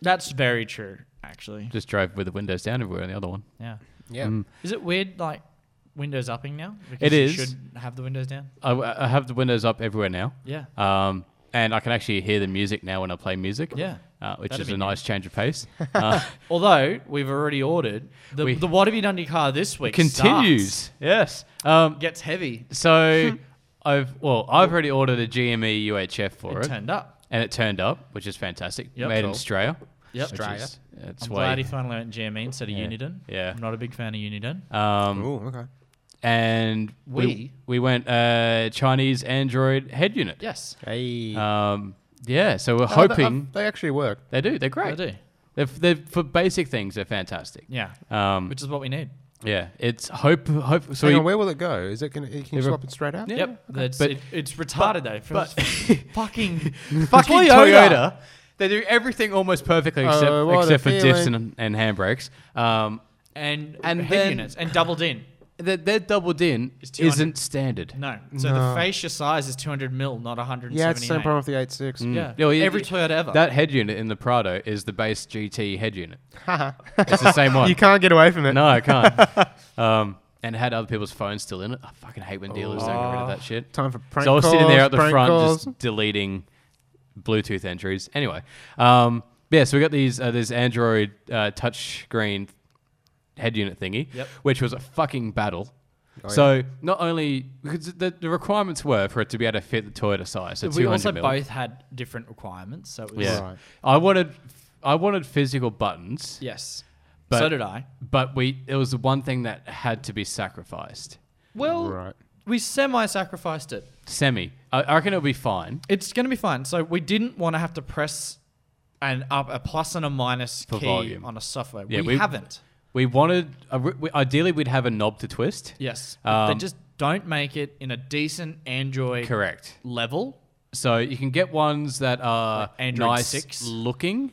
That's very true, actually.
just drove with the windows down everywhere on the other one.
Yeah.
Yeah.
Mm.
Is it weird, like windows upping now?
It
you
is.
Should have the windows down.
I, I have the windows up everywhere now.
Yeah.
Um, and I can actually hear the music now when I play music.
Yeah.
Uh, which
That'd
is
be
a nice change of pace. Uh,
Although we've already ordered the,
We-
the what have you done to your car this week
continues.
starts-
Yes. Um,
gets heavy.
so I've well I've already ordered a E GME UHF for
It
it,
turned up.
and it turned up, which is fantastic.
Yep.
Made in
Cool.
Australia.
Yep.
which
Australia.
is- It's
I'm
way.
glad he finally went GME instead of Uniden.
Yeah.
I'm not a big fan of Uniden.
um,
Ooh, okay.
and we
We?
we, went uh, Chinese Android head unit.
yes.
Hey.
Um, yeah. So we're
Oh, they-
hoping
They, actually work.
they, do. They're
I
great.
do.
They're, f- they're for basic things. They're fantastic.
Yeah.
Um,
Which is what we need.
yeah. It's hope hope. So
Hang
we-
on, where will it go? Is it gonna? Can you
Ever-
swap it straight out?
Yeah.
Yep. That's,
But-
it, it's retarded though. For
but-
fucking
fucking
Toyota.
Toyota. They do everything almost perfectly except,
Oh, what a
except for diffs
feeling.
and, and handbrakes. Um,
and
And
and head
then-
units and doubled in.
their, their doubled in
It's 200.
isn't standard.
No, so
No.
the fascia size is 200 mil, not 178.
Yeah, it's the same problem with the 86.
Yeah,
Yeah, well, yeah,
every
yeah.
Toyota ever.
That head unit in the Prado is the base GT head unit. it's the same one.
You can't get away from it.
No, I can't. um, and it had other people's phones still in it. I fucking hate when dealers don't get rid of that shit.
Oh, Time for prank
so I was sitting there
calls,
at the
prank
front
calls.
just deleting Bluetooth entries. Anyway, um, yeah, so we got these uh, this Android uh, touchscreen head unit thingy,
Yep.
which was a fucking battle.
Oh,
so not only because the, the requirements were for it to be able to fit the Toyota size, so
we
200
also
mil.
both had different requirements, so it was
yeah.
Right.
I wanted I wanted physical buttons,
yes.
But-
so did I.
but we it was the one thing that had to be sacrificed.
Well,
Right.
we semi-sacrificed it.
Semi, I, I reckon it'll be fine.
It's going to be fine. So we didn't want to have to press an up a plus and a minus
For
key
volume.
on a software.
Yeah,
we,
we-
haven't.
We wanted a, we, ideally we'd have a knob to twist.
Yes, they
Um,
just don't make it in a decent Android
Correct.
level.
So you can get ones that are
Android
nice
6?
looking,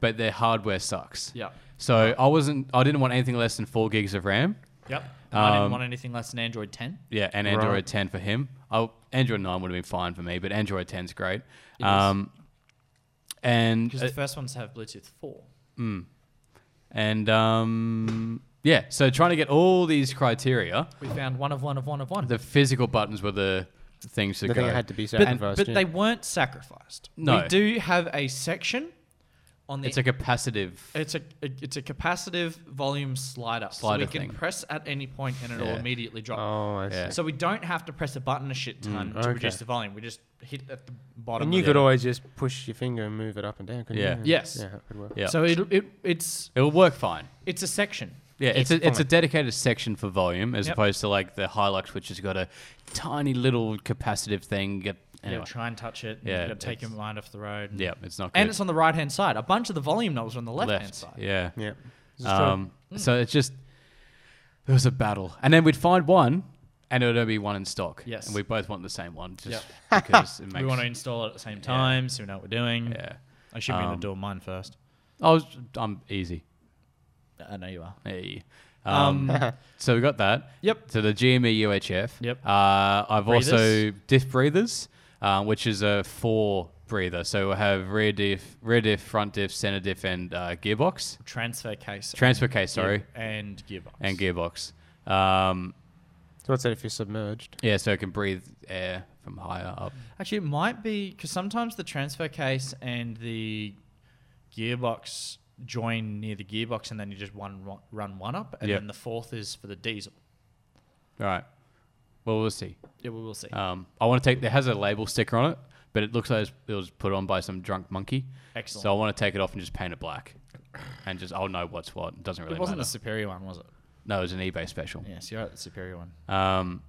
but their hardware sucks.
Yeah.
So I wasn't. I didn't want anything less than four gigs of RAM.
Yep. I didn't
Um,
want anything less than Android 10.
Yeah, and Android 10 for him. I, Android 9 would have been fine for me, but Android 10's great. Um, and uh,
Because the first ones have Bluetooth 4.
and um, yeah, so trying to get all these criteria,
We found one of one of one of one.
the physical buttons were the things to
The
go.
thing that had to be
but
sacrificed.
but
yeah.
they weren't sacrificed.
No.
We do have a section on the
it's a capacitive.
it's a it's a capacitive volume slider,
Slider
so we can
thing.
press at any point and it'll
Yeah.
immediately drop.
oh, I see.
Yeah.
So we don't have to press a button a shit
Mm,
ton to
okay.
reduce the volume. We just hit at the bottom.
And you
of
could
it.
always just push your finger and move it up and down, couldn't
Yeah.
you?
Yes.
Yeah, that could work.
Yeah.
So it, it it's
It'll work fine.
it's a section.
Yeah, it's,
It's
a, it's a
fine.
dedicated section for volume as
Yep.
opposed to like the Hilux, which has got a tiny little capacitive thing. Get- Anyway.
You gotta try and touch it.
Yeah,
Yeah. You gotta take your
it's-
mind off the road.
Yeah, it's not good.
And it's on the right hand side. A bunch of the volume knobs are on the left hand side. Mm.
Yeah.
Yeah. This is true.
Um, So it's just there was a battle, and then we'd find one, and it'd only be one in stock.
Yes.
and we both want the same one, just because it makes.
We want to install it at the same time, so we know what we're doing.
Yeah,
I should be able
Um,
to do mine first.
I was. I'm easy.
I know you are.
Hey. Um,
Um,
so we got that.
Yep.
So the E GME UHF.
Yep.
Uh, I've also
Breathers.
diff breathers, uh, which is a four breather. So we'll have rear diff, rear diff, front diff, center diff, and uh, gearbox.
transfer case.
Transfer case, sorry,
And gearbox.
and gearbox. Um,
So what's that if you're submerged?
yeah, so it can breathe air from higher up.
Actually, it might be because sometimes the transfer case and the gearbox join near the gearbox, and then you just one ru- run one up, and
Yep.
then the fourth is for the diesel.
All right. Well, we'll see.
Yeah, we will see.
Um, I want to take. There has a label sticker on it, but it looks like it was put on by some drunk monkey.
Excellent.
So I want to take it off and just paint it black, and just I'll know what's what. It doesn't really
it wasn't the
matter.
superior one, was it?
no, it was an eBay special.
Yes, you're right. The superior one.
Um,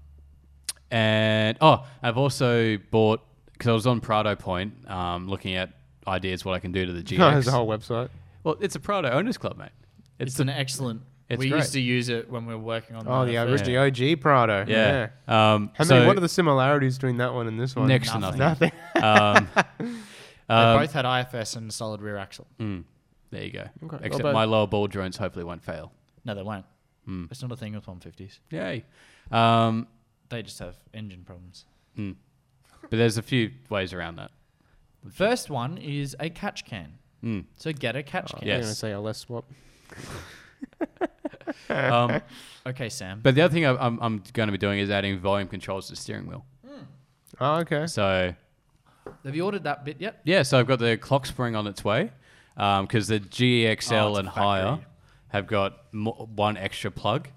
and oh, I've also bought because I was on Prado Point, um, looking at ideas what I can do to the GX.
No, there's a whole website.
Well, it's a Prado owners club, mate.
It's,
It's,
an excellent.
it's
we
great.
used to use it when we were working on.
Oh,
the
the
first-
original OG Prado.
yeah. Um,
How
so
many? What are the similarities between that one and this one?
next to nothing.
Nothing.
Nothing.
They
Um,
both had IFS and solid rear axle.
Mm. There you go.
well
Except
done.
my lower ball drones hopefully won't fail.
No, they won't.
Mm.
It's not a thing with 150s.
Yay. Um,
They just have engine problems.
but there's a few ways around that.
First one is a catch can.
Mm.
So get a catch can.
I'm going to
Yes.
say a less swap.
Um,
Okay, Sam.
but the other thing I- I'm, I'm going to be doing is adding volume controls to the steering wheel.
Oh, okay.
So
have you ordered that bit yet?
Yeah, so I've got the clock spring on its way because the
Oh,
GXL
it's a
and higher
factory.
have got mo- one extra plug,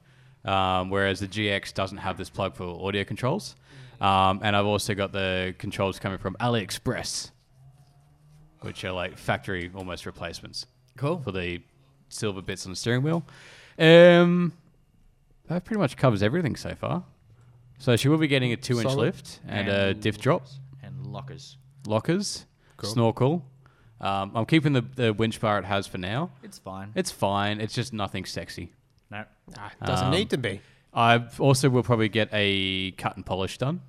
um, whereas the GX doesn't have this plug for audio controls. Um, and I've also got the controls coming from AliExpress, which are like factory almost replacements
Cool.
for the silver bits on the steering wheel. Um, that pretty much covers everything so far. So she will be getting a two-inch
Solid.
lift and, a diff drop
And lockers.
lockers,
Cool.
snorkel. Um, I'm keeping the, the winch bar it has for now.
It's fine.
It's fine. It's just nothing sexy.
no.
Ah, it doesn't
Um,
need to be.
I also will probably get a cut and polish done,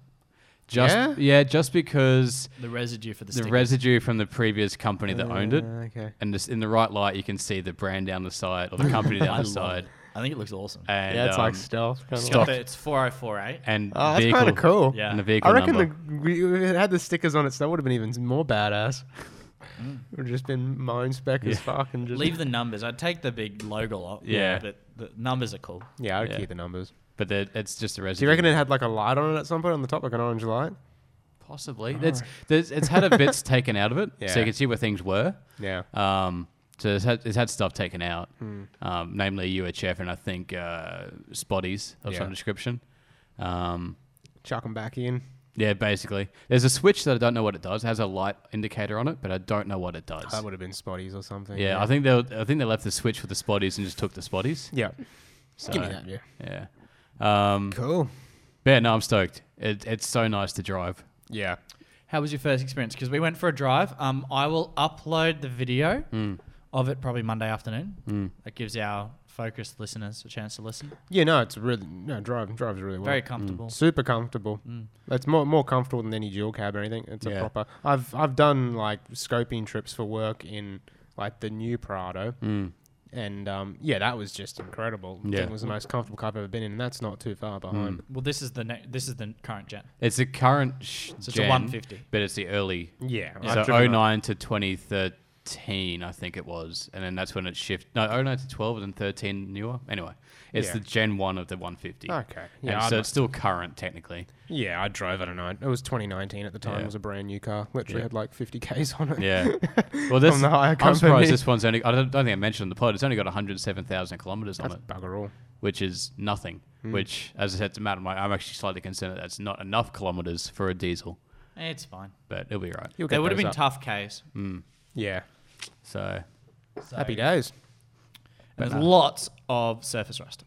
Just
Yeah?
just because
The residue for the,
the
stickers.
residue from the previous company that owned it,
Uh, okay.
and this, in the right light, you can see the brand down the side or the company down the side,
I think it looks awesome.
and
yeah, it's like
um,
stealth. Kind of
stock.
like.
But
it's 4048.
and
Oh, that's
vehicle.
kind of cool.
Yeah.
And the
I
vehicle
reckon
number.
the, we if it had the stickers on it, so that would have been even more badass. It would have just been mine spec as
Yeah.
fuck and just
Leave the numbers. I'd take the big logo off.
Yeah.
But the numbers are cool.
Yeah, I would
Yeah.
keep the numbers.
but the, it's just the residue.
Do you reckon it had like a light on it at some point on the top, like an orange light?
Possibly. It's there's, it's had a bits taken out of it, so
Yeah.
you can see where things were.
Yeah.
Um, so it's had, it's had stuff taken out, um, namely UHF and I think uh, spotties of
Yeah.
some description. Um,
Chuck them back in.
yeah, basically. There's a switch that I don't know what it does. It has a light indicator on it, but I don't know what it does.
That would have been spotties or something.
yeah, I think they were- I think they left the switch for the spotties and just took the spotties.
Yeah.
So,
Give me that. Yeah.
Yeah. Um,
Cool.
but yeah, no, I'm stoked. It, it's so nice to drive.
Yeah.
How was your first experience? Because we went for a drive. Um, I will upload the video of it probably Monday afternoon. That gives our focused listeners a chance to listen.
Yeah. No, it's really no drive. Drives really well.
Very comfortable.
Super comfortable. It's more more comfortable than any dual cab or anything. It's
Mm. Yeah.
a proper. I've I've done like scoping trips for work in like the new Prado, and um, yeah, that was just incredible.
Mm. Yeah. Mm.
it was the most comfortable car I've ever been in, and that's not too far behind.
Well, this is the ne- this is the current gen.
It's the current sh-
So it's a
gen,
150.
but it's the early.
Yeah, I've
So
driven a-
09 to 2013, I think it was, and then that's when it shifted. No, 09 to 12 and then 13 newer. Anyway, it's
Yeah.
the Gen One of the 150.
Okay.
Yeah,
Yeah, I'd
so
mu-
it's still current technically.
Yeah, I drove. I don't know. It was 2019 at the time.
Yeah.
It was a brand new car. Literally
Yeah.
had like 50 k's on it.
Yeah. Well, this
the higher
I'm
company.
surprised this one's only. I don't, don't think I mentioned on the pod. It's only got 107,000 kilometers on
that's
it,
bugger all.
which is nothing. Which, as I said to Matt, I'm, like, I'm actually slightly concerned that that's not enough kilometers for a diesel,
Eh, It's fine.
but it'll be right.
You'll
There
get
would have
those
been
up.
tough Ks.
Yeah,
So
So
happy days.
and there's lots of surface rust.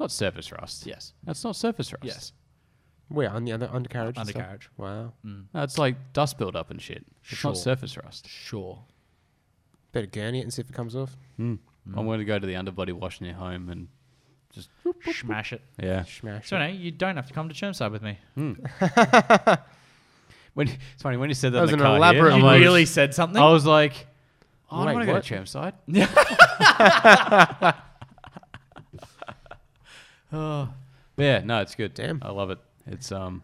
not surface rust.
Yes.
That's not surface rust.
Yes.
Where on the under, undercarriage? and stuff?
Undercarriage.
Wow.
No, it's like dust buildup and shit. It's
Sure.
not surface rust.
Sure.
Better gurney it and see if it comes off. Mm.
I'm going to go to the underbody wash near home and just
Smash it.
yeah.
Smash.
So no, you don't have to come to Chermside with me.
When it's funny when you said that,
That
in
was
the
an
car
elaborate
here, I'm
You
like-
really said something.
I was like, oh, I
Wait,
don't want to go
what?
to Chermside. oh, but yeah, no, it's good.
Damn.
I love it. It's um,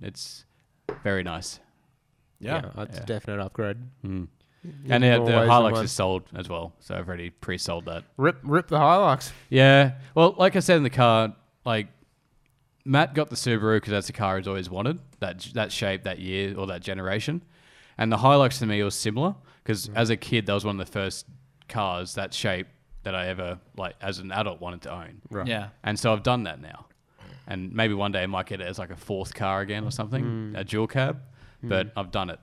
it's very nice.
Yeah, that's
yeah.
a definite upgrade.
and yeah,
more
the
ways than
Hilux
one.
is sold as well, so I've already pre-sold that.
Rip, rip the Hilux.
Yeah. Well, like I said in the car, like Matt got the Subaru because that's the car he's always wanted, that that shape, that year, or that generation. And the Hilux to me was similar because as a kid, that was one of the first cars that shape that I ever like as an adult wanted to own.
Right.
Yeah.
And so I've done that now. And maybe one day I might get it as like a fourth car again or something, a dual cab. But I've done it.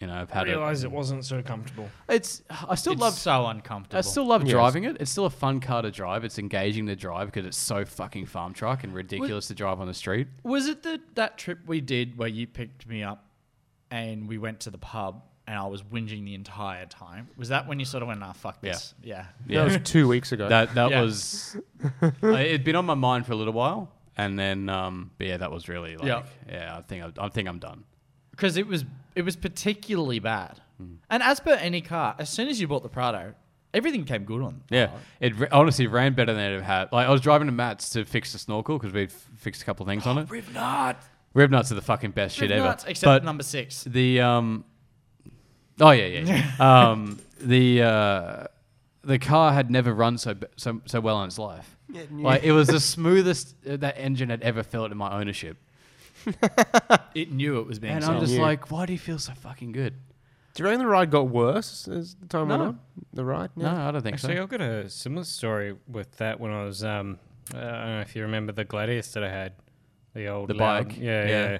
You know, I've
I
had
realized it wasn't so comfortable.
it. It's I still
It's
love
so uncomfortable.
I still love
Yes.
driving it. It's still a fun car to drive. It's engaging to drive because it's so fucking farm truck and ridiculous to drive on the street.
Was it the that trip we did where you picked me up and we went to the pub and I was whinging the entire time? Was that when you sort of went, ah, fuck
Yeah.
this? Yeah.
Yeah,
That was two weeks ago.
that that
Yeah.
was I- it'd been on my mind for a little while, and then um, but yeah, that was really like yeah.
Yeah.
I think I, I think I'm done.
Because it was it was particularly bad.
Mm.
And as per any car, as soon as you bought the Prado, everything came good on. the
Yeah,
Prado.
Uh, it ra- honestly ran better than it had. Like I was driving to Matt's to fix the snorkel because we fixed a couple things on it.
Rib not.
Rib nuts are the fucking best shit
Rib
ever.
nuts, except
But-
number six.
The um, oh yeah, yeah. yeah. um, the uh, the car had never run so b- so so well in its life. Like it was the smoothest uh, that engine had ever felt in my ownership,
It knew it was being
and
sold.
I'm just
Yeah.
like, why do you feel so fucking good?
Do you reckon the ride got worse as the time went
No.
on? The ride? Yeah.
No, I don't think
Actually,
so.
I've got a similar story with that when I was. Um, I don't know if you remember the Gladius that I had, the old
The
loud-
bike,
Yeah,
yeah.
yeah,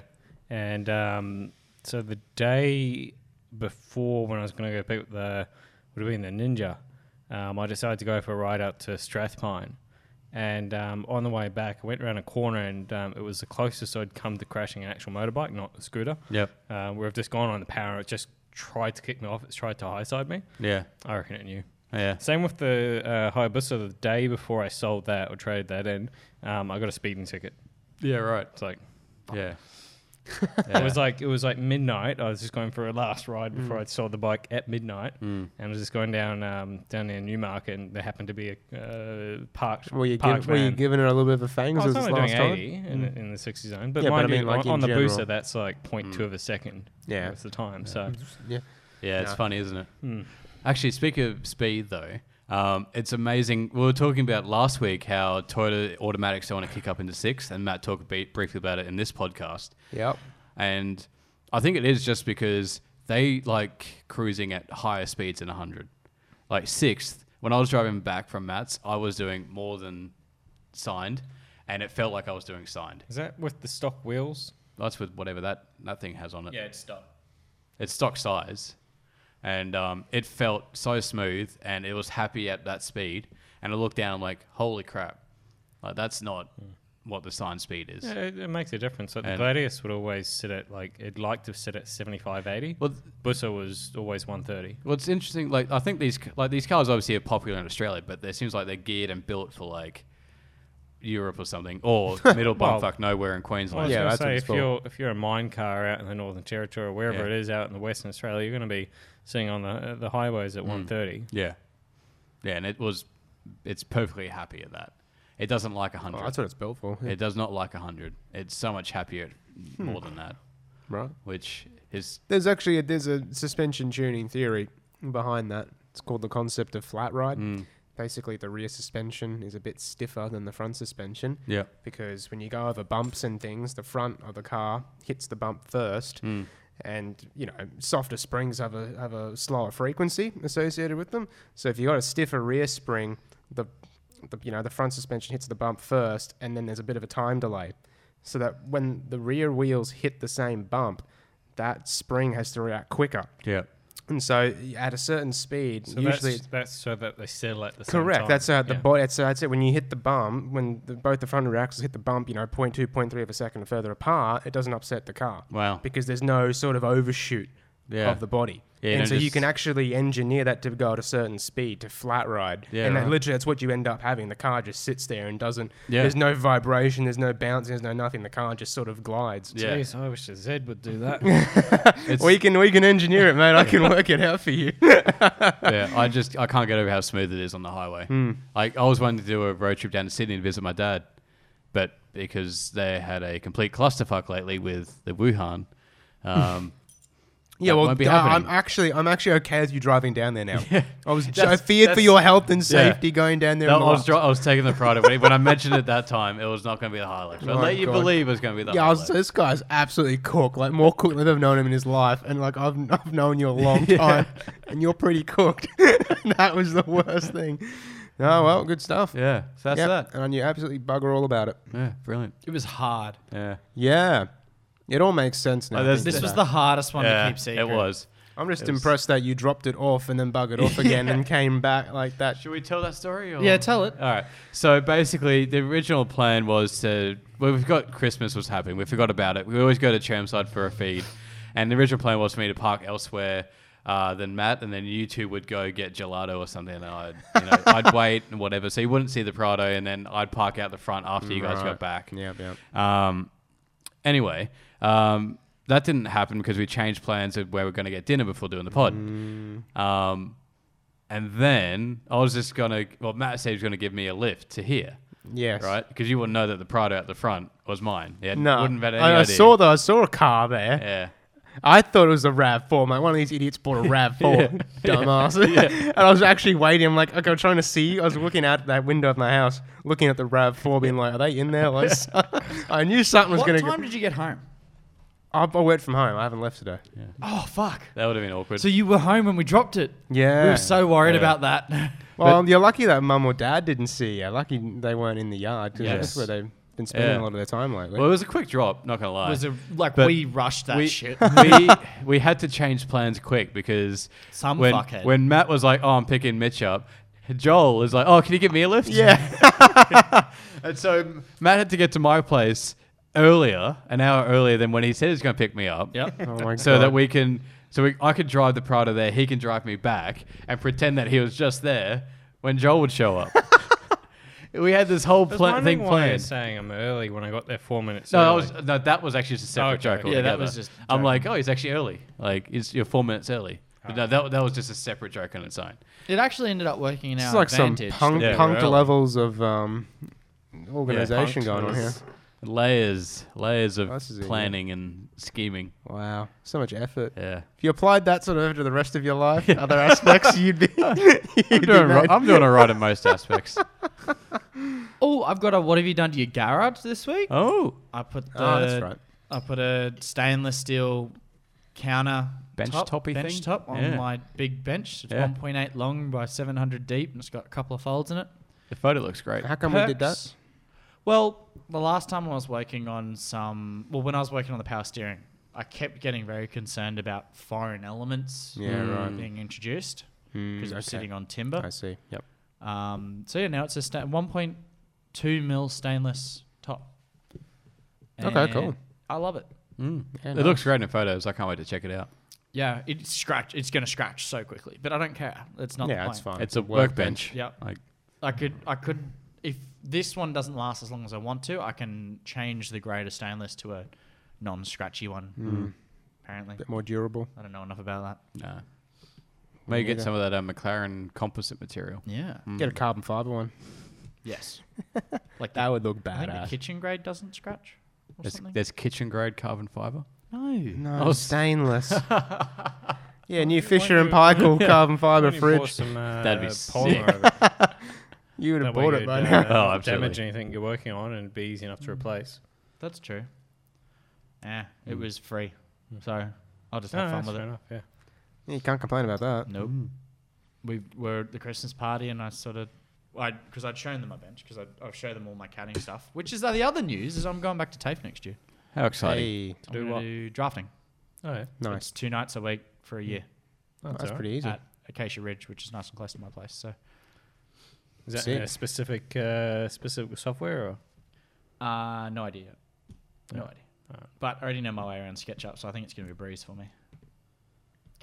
And um, so the day before when I was going to go pick up the would have been the Ninja, um, I decided to go for a ride out to Strathpine. And um, on the way back, I went around a corner, and um, it was the closest I'd come to crashing an actual motorbike, not a scooter.
Yep.
Uh, where I've just gone on the power, and it just tried to kick me off. It's tried to high side me.
Yeah,
I reckon it knew.
yeah.
Same with the uh, Hayabusa. The day before I sold that or traded that in, um, I got a speeding ticket.
Yeah, right.
It's like
Yeah.
It was like it was like midnight. I was just going for a last ride before
Mm.
I saw the bike at midnight, and I was just going down um, down near Newmarket, and there happened to be a uh, parked.
Were you,
parked
give, were you
van.
giving it a little bit of a
Oh,
fangs?
I was
as this
only
last
doing
time? Mm.
80 in, the, in the 60 zone, but
Yeah, but I
mind
mean,
you,
like,
on, on
in
the
general.
booster, that's like 0.2 of a second.
Yeah. Mm.
That's the time. So
Yeah.
Yeah, it's
No.
funny, isn't it? Actually, speaking of speed, though, um, it's amazing. We were talking about last week how Toyota automatics don't want to kick up into sixth, and Matt talked be- briefly about it in this podcast.
Yep.
And I think it is just because they like cruising at higher speeds than 100. Like sixth, when I was driving back from Matt's, I was doing more than signed, and it felt like I was doing signed.
is that with the stock wheels?
That's with whatever that, that thing has on it.
it's stock.
It's stock size, and um, it felt so smooth, and it was happy at that speed. And I looked down, I'm like, holy crap, like that's not
Hmm.
what the sign speed is.
Yeah, it, it makes a difference. Like the
And-
Gladius would always sit at like it'd like to sit at 75, 80.
Well, th-
Bussa was always 130.
well, it's interesting. Like I think these c- like these cars obviously are popular in Australia, but it seems like they're geared and built for like Europe or something, or middle
Well-
bumfuck nowhere in
Well, I was
Queensland.
Yeah,
going to
that's what
say
it's
if you're if you're a mine car out in the Northern Territory or wherever
Yeah.
it is out in the Western Australia, you're going to be sitting on the uh, the highways
Hmm.
at 130.
yeah, yeah, and it was it's perfectly happy at that. It doesn't like hundred.
Well, Oh, that's what it's built for. yeah. Hmm.
It does not like 100. It's so much happier at more than that,
Right.
which is
There's actually a, there's a suspension tuning theory behind that. It's called the concept of flat ride. Basically, the rear suspension is a bit stiffer than the front suspension
yeah.
because when you go over bumps and things, the front of the car hits the bump first,
Hmm.
and you know softer springs have a have a slower frequency associated with them. So if you got a stiffer rear spring, the, the you know the front suspension hits the bump first, and then there's a bit of a time delay, so that when the rear wheels hit the same bump, that spring has to react quicker.
Yeah.
And so at a certain speed,
So
usually
that's, that's so that they settle at the same
Correct.
time.
That's how the
Yeah.
body. That's, uh, that's it. When you hit the bump, when the, both the front and rear axles hit the bump, you know, 0.2, 0.3 of a second further apart, it doesn't upset the car.
Wow.
Because there's no sort of overshoot
Yeah.
of the body.
Yeah, you
and
don't
so you
just-
can actually engineer that to go at a certain speed to flat ride.
Yeah,
and that
right.
literally that's what you end up having. The car just sits there and doesn't.
Yeah.
There's no vibration. There's no bouncing. There's no nothing. The car just sort of glides.
Yeah.
Jeez, I wish the Zed would do that.
We can we can engineer it, mate. I can work it out for you.
yeah, I just I can't get over how smooth it is on the highway.
Hmm.
Like I was wanting to do a road trip down to Sydney to visit my dad, but because they had a complete clusterfuck lately with the Wuhan, um,
Yeah,
that
well,
won't be
I- I'm
happening.
actually I'm actually okay with you driving down there now. I was I
That's-
feared for
that's-
your health and
yeah.
safety going down there.
No,
in the
I was
last-
dri- I was taking the pride of it. When I mentioned it that time, it was not going to be the highlight. But
Oh,
let you
God.
believe it was going to be the
yeah, I
highlight.
was, this guy's absolutely cooked. Like more cooked than I've known him in his life, and like I've I've known you a long time, and you're pretty cooked. that was the worst thing. Oh well, good stuff.
Mm. yeah, so that's
Yep,
that.
And you absolutely bugger all about it.
Yeah, brilliant.
It was hard.
Yeah,
Yeah, it all makes sense now.
Oh, there's-
thinking
This was
about
the hardest one
yeah
to keep secret.
it was.
it. I'm just impressed that you dropped it off and then buggered off again and came back like that.
Should we tell that story? Or?
Yeah, tell it.
All right. So basically, the original plan was to. Well, we've got Christmas was happening. We forgot about it. We always go to Chermside for a feed, and the original plan was for me to park elsewhere uh, than Matt, and then you two would go get gelato or something, and I'd, you know, I'd wait and whatever. So you wouldn't see the Prado, and then I'd park out the front after you guys
Right.
got back.
Yeah, yeah.
Um, anyway, um, that didn't happen because we changed plans of where we're going to get dinner before doing the pod.
Mm.
Um, and then I was just going to, well, Matt said he was going to give me a lift to here,
Yes.
right? Because you wouldn't know that the Prado at the front was mine. Yeah,
No,
wouldn't have had any
I, I
idea.
saw the, I saw a car there.
Yeah.
I thought it was a Rav Four, mate. One of these idiots bought a Rav Four, dumbass. and I was actually waiting. I'm like, okay, I'm trying to see. I was looking out that window of my house, looking at the Rav Four, being like, are they in there? Like, I knew something was
What
going to.
time did you get home?
I, I worked from home. I haven't left today.
Oh fuck!
That would have been awkward.
So you were home when we dropped it.
Yeah.
We were so worried
Yeah.
about that.
well, you're lucky that mum or dad didn't see you. Lucky they weren't in the yard because
Yes.
that's where they've been spending
Yeah.
a lot of their time lately.
well, it was a quick drop, not going to lie.
was a, like
But
we rushed that
we,
shit.
we we had to change plans quick because
Some
when,
fuckhead.
when Matt was like, "Oh, I'm picking Mitch up," Joel is like, "Oh, can you give me a lift?"
yeah.
And so Matt had to get to my place earlier, an hour earlier than when he said he was going to pick me up.
Yep.
Oh my
So
God.
that we can, so we, I could drive the Prada there, he can drive me back, and pretend that he was just there when Joel would show up. we had this whole
I was
pla-
wondering
thing
why I was
planned.
saying I'm early when I got there four minutes.
No, that
early.
was no, that was actually just a separate
Oh, okay,
joke.
okay.
Altogether.
Yeah,
that was just
I'm like, oh, he's actually early. Like, it's you're four minutes early. But no, that, that was just a separate joke on its own.
It actually ended up working in our
It's like some
advantage.
punk,
Yeah,
punked
really.
levels of um, organization going on here.
Layers, layers of
This is it, yeah.
planning and scheming.
Wow, so much effort.
Yeah,
If you applied that sort of effort to the rest of your life, other aspects, you'd be.
I'm doing, ri- I'm doing all right in most aspects.
Oh, I've got a what have you done to your garage this week?
Oh,
I put the,
Oh, that's right.
I put a stainless steel counter
Bench
top,
toppy
bench
thing?
top on
Yeah.
my big bench. It's
Yeah.
1.8 long by 700 deep, and it's got a couple of folds in it.
the photo looks great.
How come we did that?
Perks. Well, the last time I was working on some, well, when I was working on the power steering, I kept getting very concerned about foreign elements
Yeah, right. Hmm,
being introduced because it was
okay.
sitting on timber.
I see. Yep.
Um, so yeah, now it's a sta- 1.2 mil stainless top.
Okay, cool.
And I love it.
Yeah,
It
nice.
looks great in photos. I can't wait to check it out.
Yeah, it scratch. It's gonna scratch so quickly, but I don't care. It's not.
Yeah,
the
it's
point.
fine.
It's a workbench.
Yeah.
Like,
I could. I could. If this one doesn't last as long as I want to, I can change the grade of stainless to a non-scratchy one.
Hmm.
Apparently,
bit more durable.
I don't know enough about that.
no. Maybe get
neither.
some of that uh, McLaren composite material.
Yeah.
Get a carbon fiber one.
Yes.
Like that would look
I think the
badass.
kitchen grade doesn't scratch. Or
There's,
something.
there's kitchen grade carbon fiber.
no.
No,
Oh, s-
stainless. yeah, new
you-
Fisher
why
and
you-
Paykel carbon
Why
fiber
don't you pour
fridge.
Some, uh,
That'd be
polymer
sick.
over it?
You would have
That way
bought
you'd,
it by
uh,
now.
Oh,
not damage
absolutely.
anything you're working on and it'd be easy enough to replace.
That's true. Yeah, it was free, so I'll just
Hmm. No,
have
no,
fun
that's
with
fair Hmm.
it.
enough, yeah.
You can't complain about that.
Nope. We were at the Christmas party, and I sort of, I because I'd shown them my bench because I've shown them all my caddying stuff. Which is the other news is I'm going back to TAFE next year.
How exciting.
Hey,
I'm
do
gonna
what?
do drafting.
Oh, yeah.
nice.
It's two nights a week for
Hmm.
a year
Oh,
That's,
that's
all right.
pretty easy.
at Acacia Ridge, which is nice and close to my place. So
Is that
Sick.
in a specific, uh, specific software or? Ah,
Uh, no idea yet. No idea. But I already know my way around SketchUp, so I think it's going to be a breeze for me.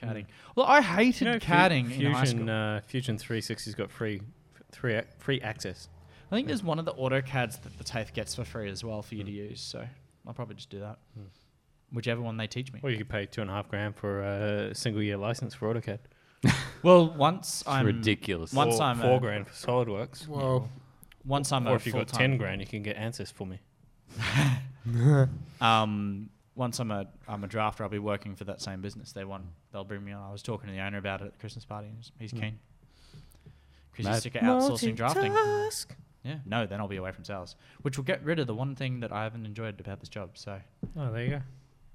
Caddying. Well, I hated
You know, Hmm. Fu-
caddying in high
Fusion,
school.
uh, Fusion 360's got free, free, ac- free access.
I think there's one of the AutoCADs that the TAFE gets for free as well for you to use, so I'll probably just do that. Whichever one they teach me.
Or you could pay two and a half grand for a single year license for AutoCAD.
Well, once I'm
ridiculous.
Once
or
I'm
four
a,
grand for SolidWorks.
Whoa.
Once I'm
or
a
if you got
full-time-
ten grand, you can get Ansys for me.
Um, once I'm a I'm a drafter, I'll be working for that same business. They want they'll bring me on. I was talking to the owner about it at the Christmas party. And he's- he's keen because he's
Mad.
sick of outsourcing drafting. Yeah, no, then I'll be away from sales, which will get rid of the one thing that I haven't enjoyed about this job. So
Oh, there you go.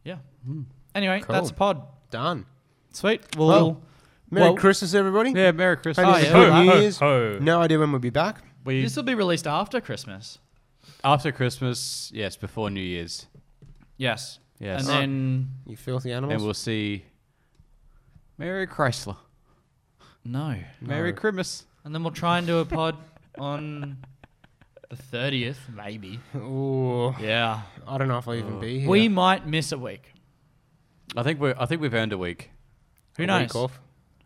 yeah. Anyway, that's a
Cool.
pod.
Done.
Sweet. Well,
Well, Merry
Well-
Christmas, everybody.
Yeah, Merry Christmas.
Hope you
Oh, yeah.
have a good
Ho,
New
ho,
Year's.
ho.
No idea when we'll be back.
We,
this will be released after Christmas.
after Christmas, yes, before New Year's.
Yes.
Yes.
And then
You filthy
And
animals.
we'll see Merry Chrysler.
no.
Merry Christmas.
And then we'll try and do a pod on the thirtieth, maybe.
Ooh,
Yeah.
I don't know if I'll even be here.
We might miss a week.
I think we I think we've earned a week.
Who
A
knows?
week off.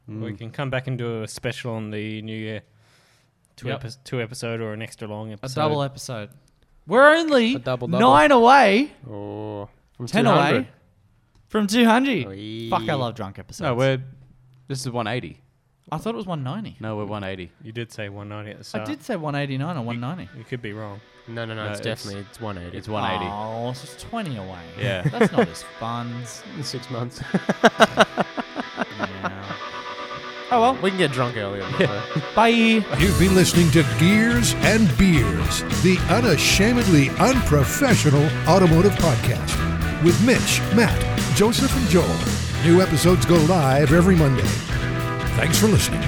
We can come back and do a special on the New Year. Two,
Yep.
epi- two episode or an extra long
A
episode.
double episode. We're only
A double double.
nine away,
Oh, from
ten
200.
away from 200.
Wee.
Fuck, I love drunk episodes.
No, we're this is 180.
I thought it was 190.
No, we're 180.
You did say 190 at the
I
start.
did say 189 or 190.
You could be wrong.
No, no, no.
No,
it's
it's-
definitely it's 180.
It's 180.
Oh, so it's 20 away.
Yeah.
That's not as fun.
It's six months.
Yeah.
oh well, we can get drunk earlier. though.
Bye.
You've been listening to Gears and Beers, the unashamedly unprofessional automotive podcast with Mitch, Matt, Joseph, and Joel. New episodes go live every Monday. Thanks for listening.